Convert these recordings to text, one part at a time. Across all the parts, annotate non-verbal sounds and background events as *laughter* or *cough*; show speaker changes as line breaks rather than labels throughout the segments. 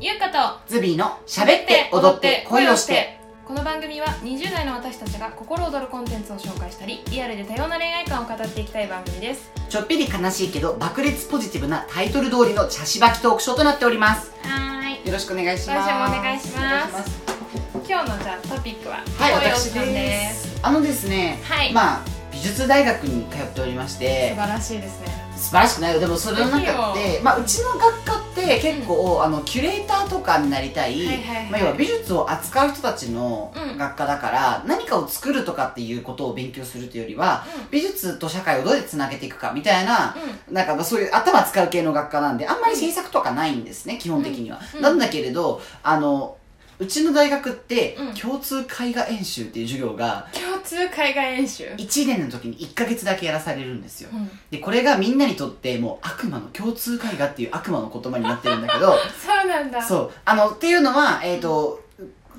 ゆうかと
ズビーの喋って踊って恋をして
この番組は20代の私たちが心躍るコンテンツを紹介したりリアルで多様な恋愛観を語っていきたい番組です
ちょっぴり悲しいけど爆裂ポジティブなタイトル通りの茶しばきトークショーとなっております
はい
よろしくお願いします
よろしくお願いします
お願いし
今日のじゃあトピックは
はい
恋を
私
したん
で
です
すあのですね、
はい
まあ美術大学に通っておりまし
素
て
晴らしいですね
素晴らしくないよでもそれの中
ぜ
で、まあ、うちの学科って結構、あのキュレーターとかになりたい、
はいはいはい
まあ、要は美術を扱う人たちの
うん
学科だから、何かを作るとかっていうことを勉強するというよりは美術と社会をどうやってつなげていくかみたいな、
うんうん
なんかまあそういう頭使う系の学科なんであんまり制作とかないんですね、基本的には、
うん
なんだけれどあのうちの大学って、
うん
共通絵画演習っていう授業が
共通海外演習
1年の時に1ヶ月だけやらされるんですよ
うん
でこれがみんなにとってもう悪魔の共通絵画っていう悪魔の言葉になってるんだ
*laughs*
けど
そうなんだう
そうあのっていうのは、えっと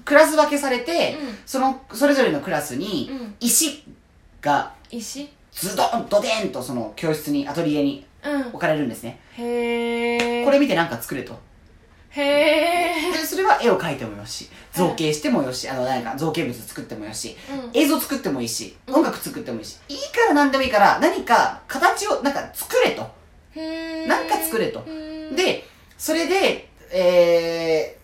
クラス分けされて、
ん
そのそれぞれのクラスに
うん
石が
石
ズドンドデンとその教室にアトリエに
うん
置かれるんですね
へえ
これ見てなんか作れと
へ
で
え
それは絵を描いてもよし造形してもよしあのなんか造形物作ってもよし映像作ってもいいし
うん
音楽作ってもいいしいいから何でもいいから何か形をなんか作れとなんか作れとで、それで、え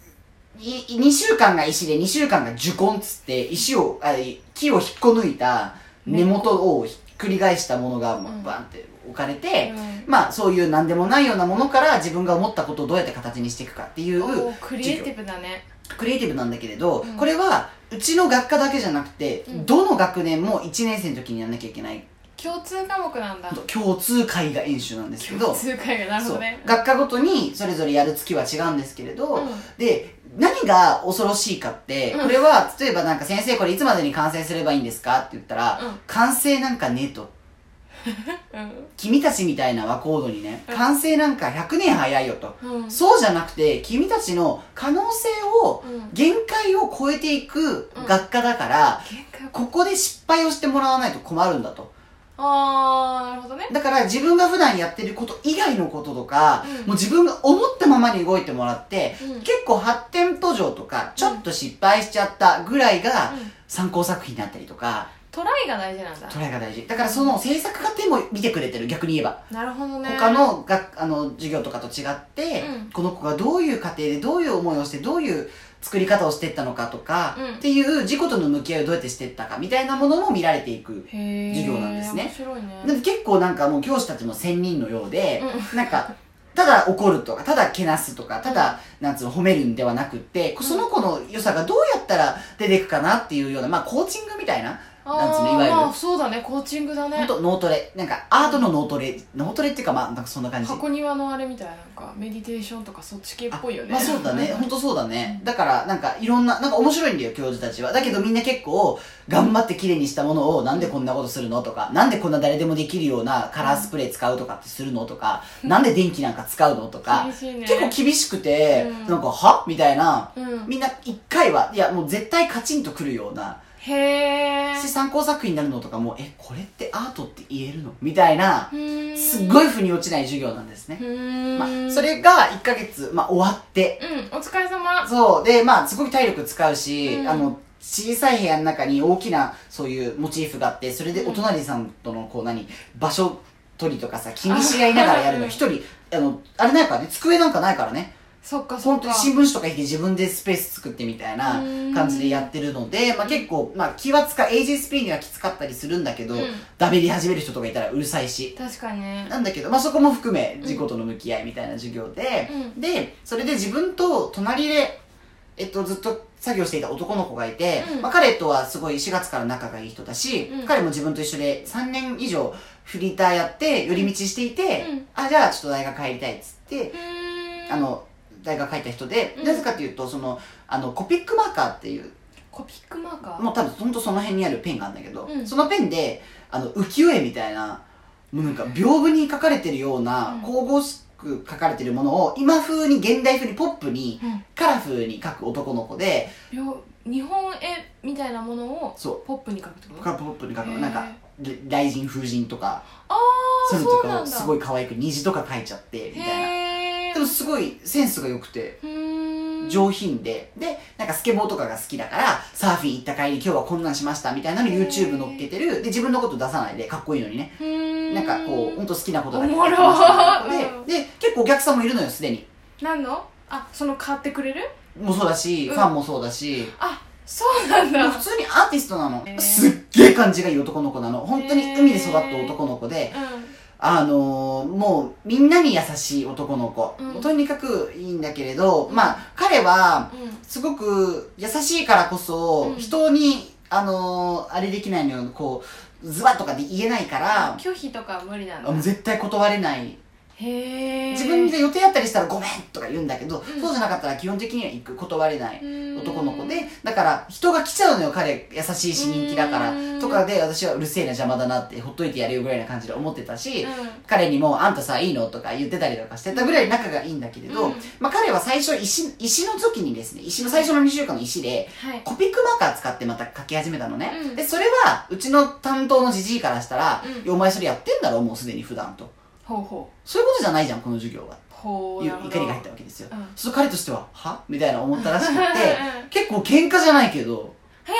ー、2週間が石で2週間が樹根っつって、石を、あ木を引っこ抜いた根元をひっくり返したものが、ま
うん
あバンって置かれ
で
て、まあそういう何でもないようなものから自分が思ったことをどうやって形にしていくかっていう
クリエイティブだね
クリエイティブなんだけれど、
うん
これはうちの学科だけじゃなくて、
うん
どの学年も1年生の時にやんなきゃいけない
共通科目なんだ
共通絵画演習なんですけど
共通会がなるほ
そ
ど
う
ね
学科ごとにそれぞれやる月は違うんですけれど、
うん
で何が恐ろしいかって、
うん
これは例えばなんか先生これいつまでに完成すればいいんですかって言ったら、
うん
完成なんかねえと
うん
君たちみたいな和コードにね、
うん
完成なんか100年早いよと、
うん
そうじゃなくて君たちの可能性を
うん
限界を超えていく
うん
学科だから、
限界
ここで失敗をしてもらわないと困るんだと
ああなるほどね
だから自分が普段やってること以外のこととか、
うん
もう自分が思ったままに動いてもらって、
うん
結構発展途上とかちょっと失敗しちゃったぐらいが
うん
参考作品だったりとか、
トライが大事なんだ
トライが大事だからその制作過程も見てくれてる逆に言えば、
なるほどね
他のがあの授業とかと違って、
うん
この子がどういう過程でどういう思いをしてどういう作り方をしていったのかとか、
うん
っていう自己との向き合いをどうやってしていったかみたいなものも見られていく
へー
授業なんですね
面白いね
なんで結構なんかもう教師たちも仙人のようで、
う
なんかただ怒るとかただけなすとかただなんつうの褒めるんではなくって
ん
その子の良さがどうやったら出てくかなっていうようなまあコーチングみたいななんつうのいわゆる
あーまあそうだねコーチングだ
ほん
ね
と脳トレなんかアートの脳トレ脳トレっていうかまあなんかそんな感じ
箱庭のあれみたいななんかメディテーションとかそっち系っぽいよね
まあそうだね本当そうだねだからなんかいろんななんか面白いんだよ教授たちはだけどみんな結構頑張って綺麗にしたものをなんでこんなことするのとかなんでこんな誰でもできるようなカラースプレー使うとかってするのとかなんで電気なんか使うのとか
厳しいね
結構厳しくて、
うん
なんかはみたいな
うん
みんな一回はいやもう絶対カチンとくるような
へえ
し参考作品になるのとかもえこれってアートって言えるのみたいなすっ
い
ごい腑に落ちない授業なんですね、まあ、それが1ヶ月、まあ、終わって
うんお疲れ様
そうでまあすごい体力使うし、
うん
あの小さい部屋の中に大きなそういうモチーフがあってそれでお隣さんとのこう何場所取りとかさ気にし合いながらやるの
あ
一人あのあれないからね机なんかないからね
そっかそ
本
っ
当に
か
新聞紙とか引いて自分でスペース作ってみたいな感じでやってるので、まあ、結構、まあ、気は使う HSP にはきつかったりするんだけど、
うん
だべり始める人とかいたらうるさいし
確かにね
なんだけど、まあ、そこも含め自己との向き合いみたいな授業で、
う
でそれで自分と隣で、えっと、ずっと作業していた男の子がいて、
うん
まあ、彼とはすごい4月から仲がいい人だし、
うん
彼も自分と一緒で3年以上フリーターやって寄り道していて、
うん
あじゃあちょっと大学入りたいっつって、
うーん
あの大学入った人で、
うん
なぜかというとそのあのコピックマーカーっていう
コピックマーカー
もう多分本当その辺にあるペンがあるんだけど、
うん
そのペンであの浮世絵みたいなもうなんか屏風に書かれてるような、
うん
神々しく書かれてるものを今風に現代風にポップに
うん
カラフルに書く男の子で
びょ日本絵みたいなものを
そ
ポップに描くってこ
う
と
カラフルポップに書く
へ
の
ー
なんかで雷神風神とか
ああ
そういうの
そう
と
な
か
ん
を
だ
すごい可愛く虹とか書いちゃってみたいな
へえ
でもすごいセンスが良くて
うーんうん
上品で、で、なんかスケボーとかが好きだから、サーフィン行った帰り今日はこんなんしましたみたいなの
へー
YouTube 乗っけてる。で、自分のこと出さないで、かっこいいのにね。
うん
なんかこう、ほんと好きなことだけ
おもろーうん
で、で、結構お客さんもいるのよ、すでに。
何のあその買ってくれる
もそうだし、
うん
ファンもそうだし。
あそうなんだ
もう普通にアーティストなの
へ。ー
すっげえ感じがいい男の子なの。本当に海で育った男の子で、あのーもうみんなに優しい男の子。
うん
とにかくいいんだけれど、まあ彼は
うんうん
すごく優しいからこそ、
うん
人に、あのーあれできないのよ、こう、ズバとかで言えないから、
拒否とかは無理なん
あ
だ
もう絶対断れない。
へえ
自分で予定あったりしたらごめんとか言うんだけど、
うん
そうじゃなかったら基本的には行く断れない。男の子で、だから人が来ちゃうのよ、彼、優しいし人気だから
う。ん
とかで、私はうるせえな邪魔だなって、ほっといてやれよぐらいな感じで思ってた
う
し、
ん
彼にも、あんたさ、いいのとか言ってたりとかしてたぐらい仲がいいんだけれど、
うん
まあ彼は最初、石、石の時にですね、石の最初の2週間の石で、
はい
コピックマーカー使ってまた書き始めたのね。
うん
で、それは、うちの担当のじじいからしたら、
うん
いやお前それやってんだろ、もうすでに普段と。
ほうほう
そういうことじゃないじゃん、この授業は。
ほう
いう
なるほど
怒りが入ったわけですよ。
うん
そう彼としては、はみたいな思ったらしく
う、
て
ん
結構喧嘩じゃないけど、
へ
い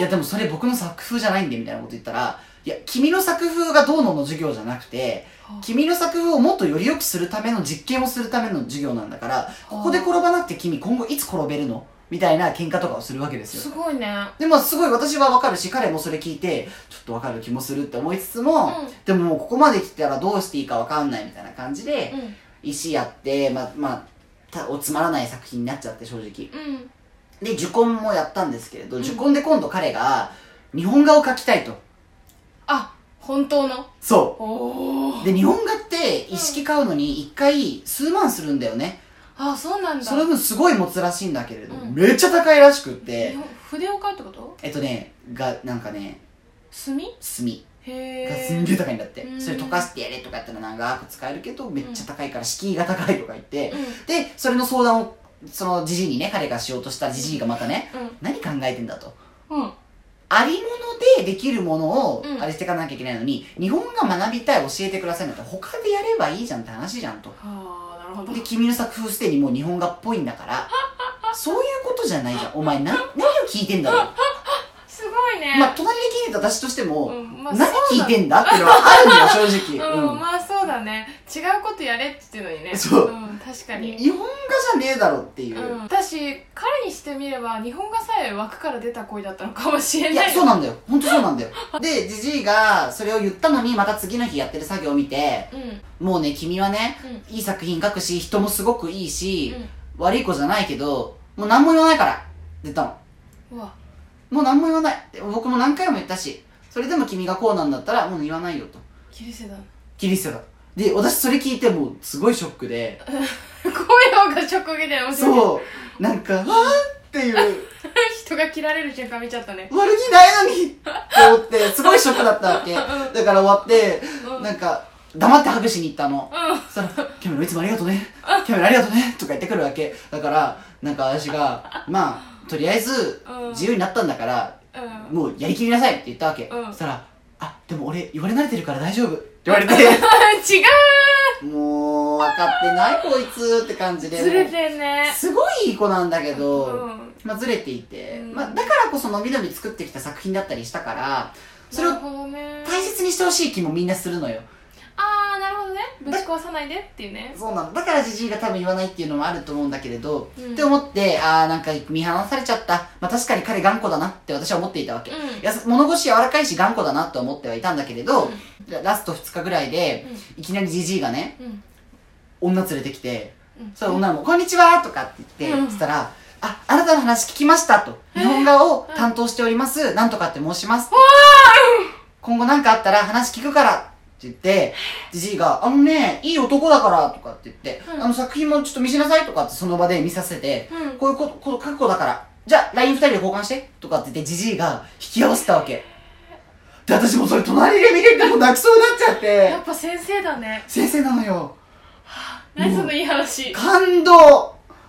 え
やでもそれ僕の作風じゃないんでみたいなこと言ったら、いや、君の作風がどうのの授業じゃなくて、君の作風をもっとより良くするための実験をするための授業なんだから、ここで転ばなくて君今後いつ転べるのみたいな喧嘩とかをするわけです
す
よ。
ごいね
で、まあすごい私はわかるし、彼もそれ聞いて、ちょっとわかる気もするって思いつつも、
うん
でももうここまで来たらどうしていいかわかんないみたいな感じで、
うん
石やって、まあ、まあ、たおつまらない作品になっちゃって正直。
うん
で、受講もやったんですけれど、
うん
受講で今度彼が、日本画を描きたいと。
あ本当の
そ
おお
う。で、日本画って、一式買うのに一回数万するんだよね。
あそうなんだ
その分すごい持つらしいんだけれど、
うん
めっちゃ高いらしくっ
日
て、
本筆を買うってこと
えっとね、が、なんかね、
墨
墨
へ
が
え
すんげえ高いんだって。
うん
それ溶かしてやれとかやったら長く使えるけど、めっちゃ高いから敷居が高いとか言って、
う
で、それの相談を、そのじじいにね、彼がしようとしたじじいがまたね、
ん
何考えてんだと。
うんうん
ありものでできるものを
うん
あれしていかなきゃいけないのに、日本が学びたい教えてくださいなんて他でやればいいじゃんって話じゃんと。
はあなるほど
で、君の作風すでにもう日本画っぽいんだから、そういうことじゃないじゃん。お前な、何を聞いてんだろう。
すごいね
まあ、隣で聞いてた私としても、
うんまあ
何
そう
聞
だ
いてんだっていうのはあるんだよ、正直。
う、
うんん
まあそうだね違うことやれって言ってるのにね、
そうん
確かに、
日本画じゃねえだろっていうう。
ん、私彼にしてみれば日本画さえ枠から出た恋だったのかもしれ
い
ない
や、そう
う
なんだよ。ほんとそうなんだよ。で、じじいがそれを言ったのに、また次の日やってる作業を見て、
んうん
もうね、君はね、いい作品書くし、人もすごくいいし、悪い子じゃないけど、もう何も言わないから、って言ったの。
うんうわ
もう何も言わない。で僕も何回も言ったし、それでも君がこうなんだったら、もう言わないよと。
キリセだ
キリストだ。で、私それ聞いてもうすごいショックで、
*laughs* *laughs* 声の方が直撃だよ面白い
そう、なんか、あーっていう、
人が切られる瞬間見ちゃったね
悪気ないのにって思って、すごいショックだったわけ。だから終わって、
うん
なんか、黙ってハグしに行ったの。
う
そしたら「キャメルいつもありがとうねキャメルありがとうね」とか言ってくるわけだからなんか私が「まあとりあえず
うん
自由になったんだから
んうん
もうやりきりなさい」って言ったわけ、
うん
そしたら「あでも俺言われ慣れてるから大丈夫」って言われて
*laughs* 違
もう分かってないこいつって感じ
う
で
ずれてんね
すごいいい子なんだけど、
うん
まあ、ずれていて、
うん
まあ、だからこそのびのび作ってきた作品だったりしたからそれを
なるほどね
大切にしてほしい気もみんなするのよ
ああなるほどねぶち壊さないでっていうね
そうなのだからじじいが多分言わないっていうのもあると思うんだけれど、
うん
って思ってああなんか見放されちゃった、まあ、確かに彼頑固だなって私は思っていたわけ、
うん
やす物腰柔らかいし頑固だなと思ってはいたんだけれど、
うん
ララスト2日ぐらいで、いきなりじじいがね
うん
女連れてきて、
うん
その女も「こんにちは」とかって言って、
うん
そしたら「ああなたの話聞きました」と「日本画を担当しております、なんとかって申します」今後何かあったら話聞くから」って言ってじじいが「あのねいい男だから」とかって言って、
うん
あの作品もちょっと見せなさい」とかってその場で見させて「
うん
こういうことこと覚悟だからじゃあ LINE2 人で交換して」とかって言ってじじいが引き合わせたわけで私もそれ隣で見てても泣きそうになっちゃっ
や
て
っぱ先生だね
先生なのよ
何そのいい話
感動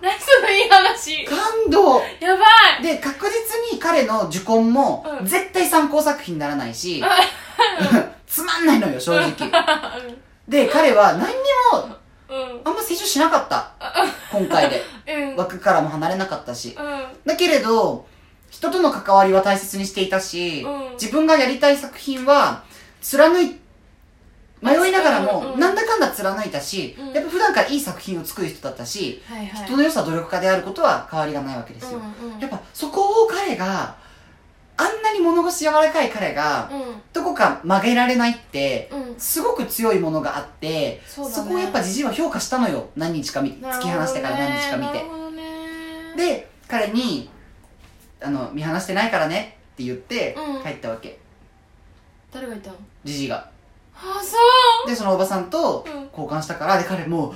何そのいい話
感動
やばい
で確実に彼の受講も
うん
絶対参考作品にならないし、 *laughs* つまんないの
*laughs*
よ正直で彼は何にも
うん
あんま成長しなかった今回
う
で。
ん
枠からも離れなかったし。
う
だけれど、人との関わりは大切にしていたし、
うん
自分がやりたい作品は、貫い、迷いながら
うんう
も、
ん
なんだかんだ貫いたし、
うん
やっぱ普段からいい作品を作る人だったし、
んはいはい
人の良さ努力家であることは変わりがないわけですよ。
うんうん
やっぱそこを彼が、あんなに物腰柔らかい彼が、どこか曲げられないって、
うんうん
すごく強いものがあって、
そうだね
こをやっぱじじいは評価したのよ。何日か見、
なるほど
突き
ね
放してから何日か見て
なる。ほどね
で彼にあの「見放してないからね」って言って
うん
帰ったわけ
誰がいたの
じじいが
あそ
でそのおばさんと
うん
交換したからで彼もう「うわー」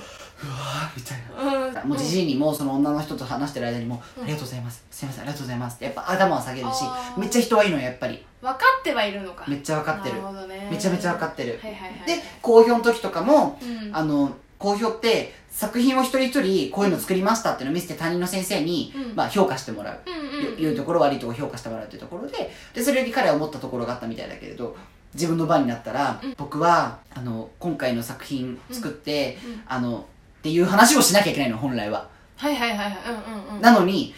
みたいな。
ううん
もうじじいにもその女の人と話してる間にも「
うん
ありがとうございますすいませんありがとうございます」ってやっぱ頭は下げるし
あー
めっちゃ人はいいのよやっぱり
分かってはいるのか
めっちゃ分かってる
なほどね
めちゃめちゃ分かってる
はいはいはい
で公表の時とかも
うん
あの公表って作品を一人一人こういうの作りましたっていうのを見せて担任の先生に
うん
まあ評価してもらう
うん
よ
うん
良いところ悪いところ評価してもらうというところででそれに彼は思ったところがあったみたいだけれど自分の番になったら、
うん
僕はあの今回の作品作って、
うんうん
あのっていう話をしなきゃいけないの本来は、
はいはいはいはいうんうんうん
なのに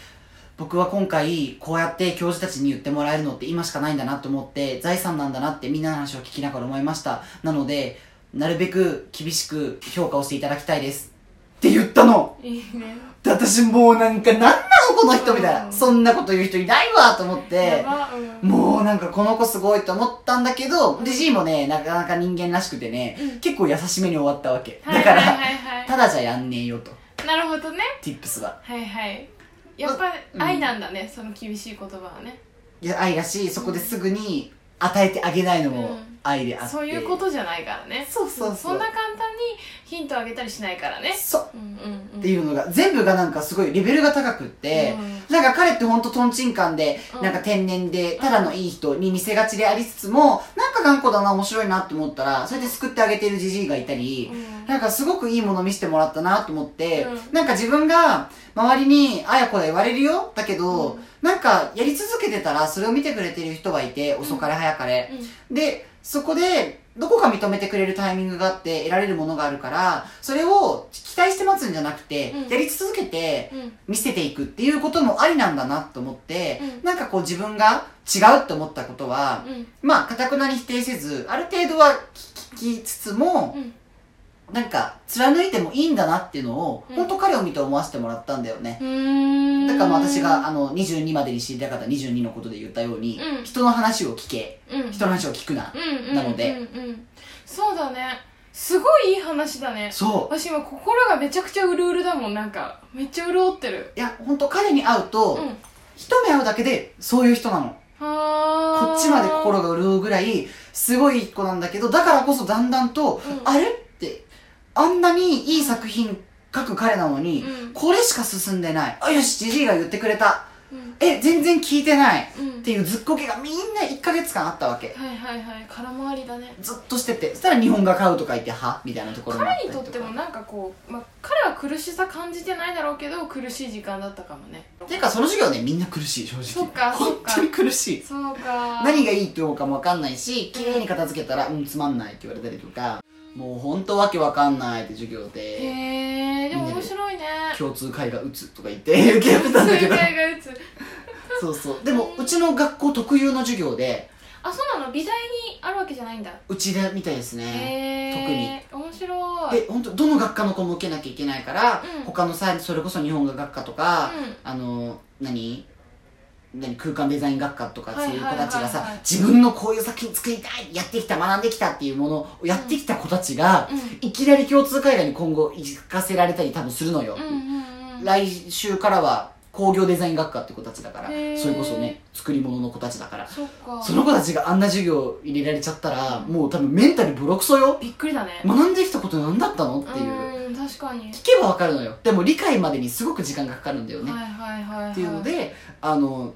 僕は今回こうやって教授たちに言ってもらえるのって今しかないんだなと思って財産なんだなってみんなの話を聞きながら思いましたなのでなるべく厳しく評価をしていただきたいですって言ったの
いいね
で私もうなんかなんなのこの人みたいな、
うん
そんなこと言う人いないわと思っ
や
て
ばうん
もうなんかこの子すごいと思ったんだけど、で、G もね、なかなか人間らしくてね、
うん
結構優しめに終わったわけ。
はい
だから、
はいはいは
ただじゃやんねえよと、
いなるほどね
Tips は。
はいはいやっぱ
うん
愛なんだねその厳しい言葉はね
いや愛だし、そこですぐに与えてあげないの
う
も
ん
愛であって。
そういうことじゃないからね
そうそうそうん
そんな簡単にヒントあげたりしないからね
そう。
うんうんうん
っていうのが、全部がなんかすごいレベルが高くって、
う
なんか彼ってほんとトンチンカンで、
うん
なんか天然で、ただのいい人に見せがちでありつつも、なんか頑固だな、面白いなって思ったら、それで救ってあげてるじじいがいたり、
うん
なんかすごくいいもの見せてもらったなと思って、
う
なんか自分が周りに、あやこだ言われるよだけど、
うん
なんかやり続けてたらそれを見てくれてる人がいて、遅かれ早かれ。で、そこで、どこか認めてくれるタイミングがあって得られるものがあるから、それを期待して待つんじゃなくて、
うん
やり続けて
うんうん
見せていくっていうこともありなんだなと思って、
うん
なんかこう自分が違うと思ったことは、
うん
まあ、かたくなに否定せず、ある程度は聞きつつも、
うん
なんか貫いてもいいんだなっていうのを、
うん
本当彼を見て思わせてもらったんだよね、
うーん
だからまあ私があの22までに知りたかった22のことで言ったように、
うん
人の話を聞け
うん
人の話を聞くな、
うんうん
なので
うんうんそうだねすごいいい話だね
そう
私今心がめちゃくちゃうるうるだもんなんかめっちゃ潤ってる
いや本当彼に会うと、
うん
一目会うだけでそういう人なの
あー
こっちまで心が潤うぐらいすごい子なんだけどだからこそだんだんと、
うん
あれってあんなにいい作品書く彼なのに、
うん
これしか進んでないあよしじじいが言ってくれた
うん
え全然聞いてない
うん
っていうずっこけがみんな1ヶ月間あったわけ
はいはいはい空回りだね
ずっとしててそしたら日本が買うとか言ってはみたいなところもあった
彼
り
に
と
と
か
ってもなんかこう、まあ、彼は苦しさ感じてないだろうけど苦しい時間だったかもね
ていうかその授業ねみんな苦しい正直
そっかそっ
本
か
当に苦しい
そうか
何がいいって言うかも分かんないし綺麗に片付けたらうんつまんないって言われたりとかもう本当わけわかんないって授業
へ
で
えでも面白いね
共通会が打つとか言って言ってたんだけ
正
ど
解が打つ
そうそうでもうちの学校特有の授業で
あそうなの美大にあるわけじゃないんだ
うちでみたいですね
へえ面白い
で本当どの学科の子も受けなきゃいけないから、
うん
他のさそれこそ日本語学科とか、
うん
あの何何空間デザイン学科とかそういう子たちが
はいはいはいは
さ
い
自分のこういう作品作りたいやってきた学んできたっていうものをやってきた子たちが、
う
いきなり共通会話に今後行かせられたり多分するのよ、
んうんうんうん
来週からは工業デザイン学科って子たちだから
へー
それこそね作り物の子たちだから
そっか
その子たちがあんな授業入れられちゃったらもう多分メンタルブロクソよ
びっくりだね
学んできたこと何だったのっ
う
ていう、
ーん確かに
聞けばわかるのよでも理解までにすごく時間がかかるんだよね、
はいはいはいは
っていうのであの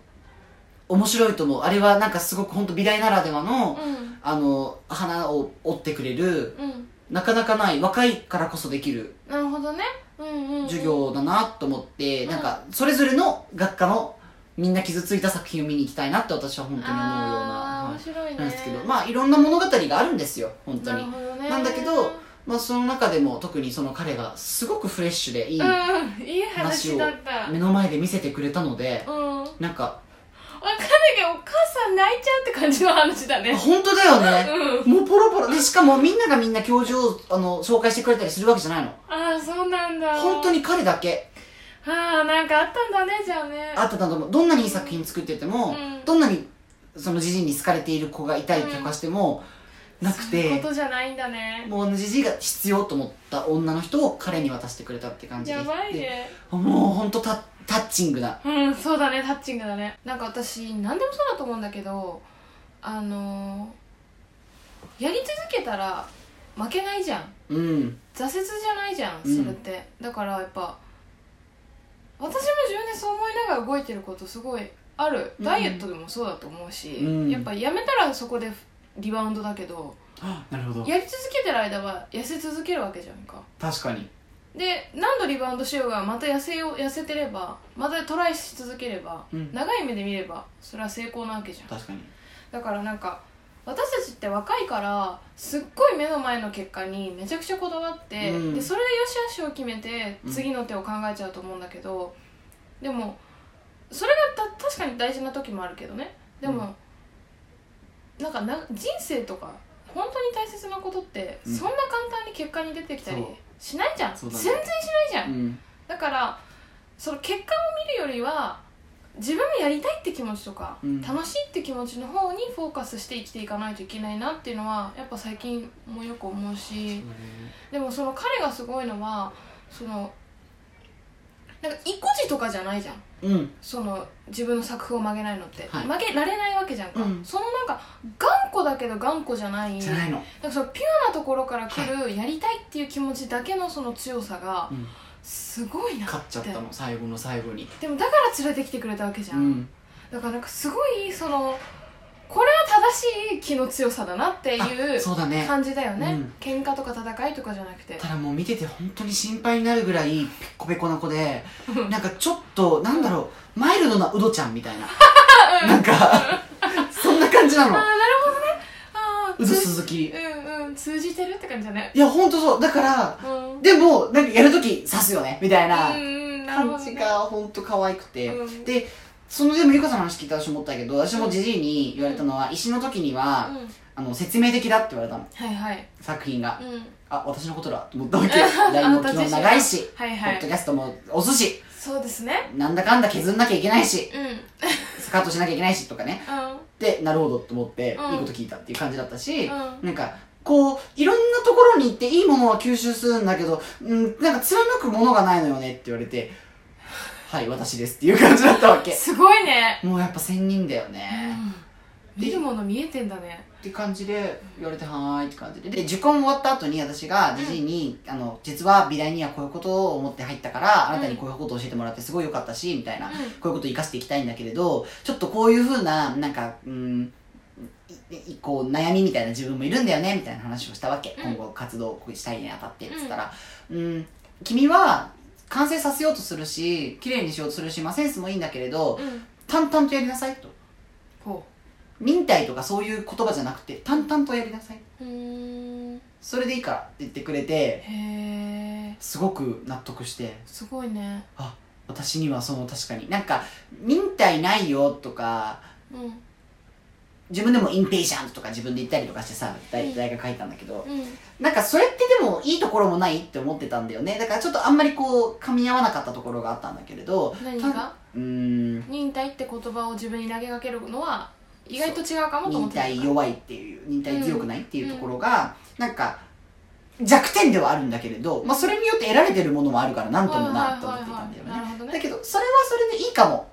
面白いと思うあれはなんかすごく本当美大ならでは
う
の、
ん
あの花を折ってくれる
うん
なかなかない若いからこそできる
なるほどねうんうんうん
授業だなと思って、
うん
なんかそれぞれの学科のみんな傷ついた作品を見に行きたいなって私は本当に思うような
あー、
は
面白い
い
ね
なんですけどまあいろんな物語があるんですよ本当
なる
に
ほどね
なんだけどまあ、その中でも特にその彼がすごくフレッシュでいい
うんいい話だったうん
目の前で見せてくれたので
わかんない
なんか
けどお母さん泣いちゃうって感じの話だ
あ
ね
本当だよ
う
ね
ん
もうポロポロでしかもみんながみんな教授をあの紹介してくれたりするわけじゃないの
ああそうなんだ
本当に彼だけ
ああなんかあったんだねじゃあね
あったと思うどんなにいい作品作ってても、
うん
どんなにそのじじいに好かれている子がいたりとかしても、なく
そういう
て
ことじゃないんだね
もうじじいが必要と思った女の人を彼に渡してくれたって感じで
やばいね
もう本当タタッチングな
うんそうだねタッチングだねなんか私何でもそうだと思うんだけどあのーやり続けたら負けないじゃん
うん
挫折じゃないじゃん
うん
それって、だからやっぱ私も自分でそう思いながら動いてることすごいある
うん
ダイエットでもそうだと思うし、
うん
やっぱやめたらそこでリバウンドだけど
あなるほど
やり続けてる間は痩せ続けるわけじゃんか
確かに
で何度リバウンドしようがまた痩せよう痩せてればまたトライし続ければ、
うん
長い目で見ればそれは成功なわけじゃん
確かに
だからなんか私たちって若いからすっごい目の前の結果にめちゃくちゃこだわって、
うん
でそれでよし悪しを決めて
うん
次の手を考えちゃうと思うんだけど、でもそれがた確かに大事な時もあるけどねでも、なんかな人生とか本当に大切なことって、
うん
そんな簡単に結果に出てきたり
そう
しないじゃん、
そう
全
だ
然
ね
しないじゃん、
うん
だからその結果を見るよりは自分もやりたいって気持ちとか、
うん
楽しいって気持ちの方にフォーカスして生きていかないといけないなっていうのはやっぱ最近もよく思うしでもその彼がすごいのはそのなんか意固地とかじゃないじゃん
うん
その自分の作風を曲げないのって、
はい
曲げられないわけじゃんか、
うん
そのなんか頑固だけど頑固じゃない
じゃないの、
なんかそのピュアなところから来るやりたいっていう気持ちだけのその強さが
うん
すごいなって
勝っちゃったの最後の最後に
でもだから連れてきてくれたわけじゃ、
うんん
だからなんかすごいそのこれは正しい気の強さだなってい
あ
う
そうだね
感じだよね、
うん
喧嘩とか戦いとかじゃなくて
ただもう見てて本当に心配になるぐらいペコペコな子で
うん
なんかちょっとなんだろうマイルドなウドちゃんみた
*laughs*
いななんかそんな感じな
ああな
の
るほどねああ
ウド鈴木
うんうん通じてるって感じだね
いや本当そうだから
うん
でもなんかやるとき刺すよねみたいな
うんうんなるほ
感
ど
じ
ね
が本当可愛くて、
うん
でそのでもゆかさんの話聞いた私思ったけど私もじじいに言われたのは石の時には、
うん
あの説明的だって言われたの
はいはい
作品が、
うん
あ私のことだと思ったわ
*laughs*
け LINE も昨日長いし
はい
ポ
は
ッド
い
キャストも押すし
そうですね
なんだかんだ削んなきゃいけないし
うんうん
スカートしなきゃいけないしとかねでなるほどと思って、
うん
いいこと聞いたっていう感じだったし、
うん
なんかこういろんなところに行っていいものは吸収するんだけど、うん、なんか貫くものがないのよねって言われて「はい私です」っていう感じだったわけ
すごいね、
もうやっぱ仙人だよ
う
ね、
ん、見るもの見えてんだね
って感じで言われて「はーい」って感じでで受講終わった後に私がじじいに、あの「実は美大にはこういうことを思って入ったからあなたにこういうことを教えてもらってすごい良かったし」みたいな、
うん
こういうことを生かしていきたいんだけれど、ちょっとこういうふうな、なんか、うん、いいこう悩みみたいな自分もいるんだよね、みたいな話をしたわけ。
うん
今後活動をこうしたいにあたって、つったら、うん、君は完成させようとするし、綺麗にしようとするし、まあセンスもいいんだけれど、
うん
淡々とやりなさいと。
ほ
忍耐とかそういう言葉じゃなくて、淡々とやりなさい。
ううーん
それでいいからって言ってくれて、
へえ
すごく納得して、
すごいね
私にはその確かに、なんか、忍耐ないよとか、
うんうん
自分でもインペーシャントとか自分で言ったりとかしてさ大大学書いたんだけど、
うん
なんかそれってでもいいところもないって思ってたんだよねだからちょっとあんまりこう噛み合わなかったところがあったんだけれど
何
た
が
うーん
忍耐って言葉を自分に投げかけるのは意外と違うかもと思っ
忍
てた
耐弱いっていう忍耐強くないっていうところが、なんか弱点ではあるんだけれど、まあ、それによって得られてるものもあるからなんともなと思っていたんだよ
はいはいはいはいな
ね
るほど
だ
ね
*laughs* けどそれはそれでいいかも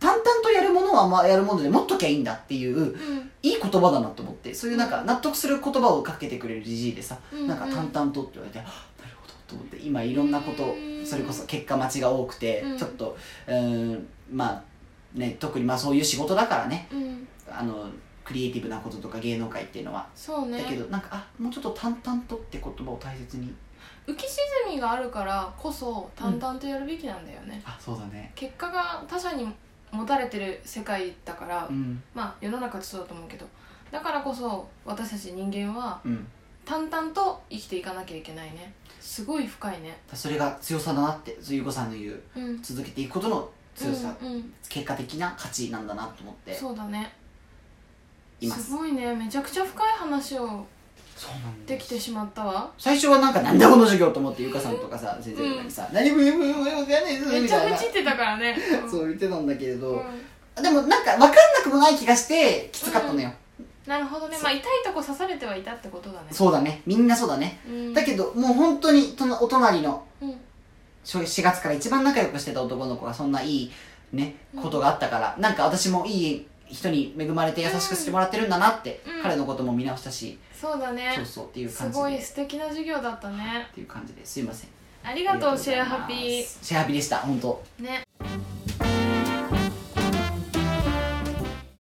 淡々とやるものはまあやるもので持っときゃいいんだっていういい言葉だなと思ってそういうなんか納得する言葉をかけてくれるじじいでさ、
うん
なんか淡々とって言われて、あなるほどと思って今いろんなこと
うん
それこそ結果待ちが多くて、
うん
ちょっとうーんまあね特にまあそういう仕事だからね
うん、うん、
あのクリエイティブなこととか芸能界っていうのは、
そうね
だけどなんかあもうちょっと淡々とって言葉を大切に
浮き沈みがあるからこそ淡々とやるべきなんだよね、
あそうだね
結果が他者に持たれてる世界だから、
うん
まあ世の中ってそうだと思うけどだからこそ私たち人間は
うん
淡々と生きていかなきゃいけないねすごい深いね
それが強さだなって優子さんの言う
うん
続けていくことの強さ、
うんうん、
結果的な価値なんだなと思って
そうだね
いま
す
す
ごいねめちゃくちゃ深い話を
そうなん
できてしまったわ
最初はなんかなんだこの授業と思って優香さんとかさ先生とかにさ「何も言うも言うも言わないです」
め
み
ちゃ
たい
く
な
ちゃ言ってたからねうん
*laughs* そう言ってたんだけれ
う
ど、
ん
でもなんか分かんなくもない気がしてきつかったのよ、
なるほどねまあ痛いとこ刺されてはいたってことだね
そうだねみんなそうだね、
うん
だけどもう本当にとお隣の
うん
4月から一番仲良くしてた男の子がそんないいね
うん
ことがあったから、なんか私もいい人に恵まれて優しくしてもらってるんだなって、
うん
彼のことも見直したし、
そうだね
そうそうっていう
す
感じ
ご
で
い
っ
素敵な授業だったね
ていう感じですいません
あり
あ
がとうシェアハピー
シェアハピーでした本当
ね